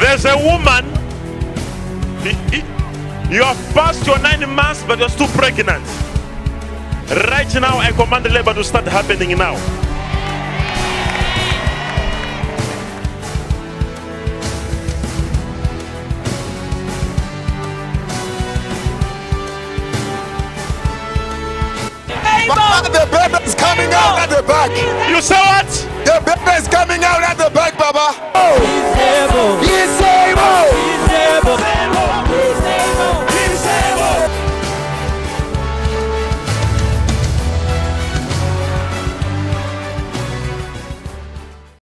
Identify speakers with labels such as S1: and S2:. S1: There's a woman. the- it- You have passed your nine months, but you're still pregnant. Right now, I command the labor to start happening now.
S2: Papa, the baby is coming out at the back.
S1: You say what?
S2: The baby is coming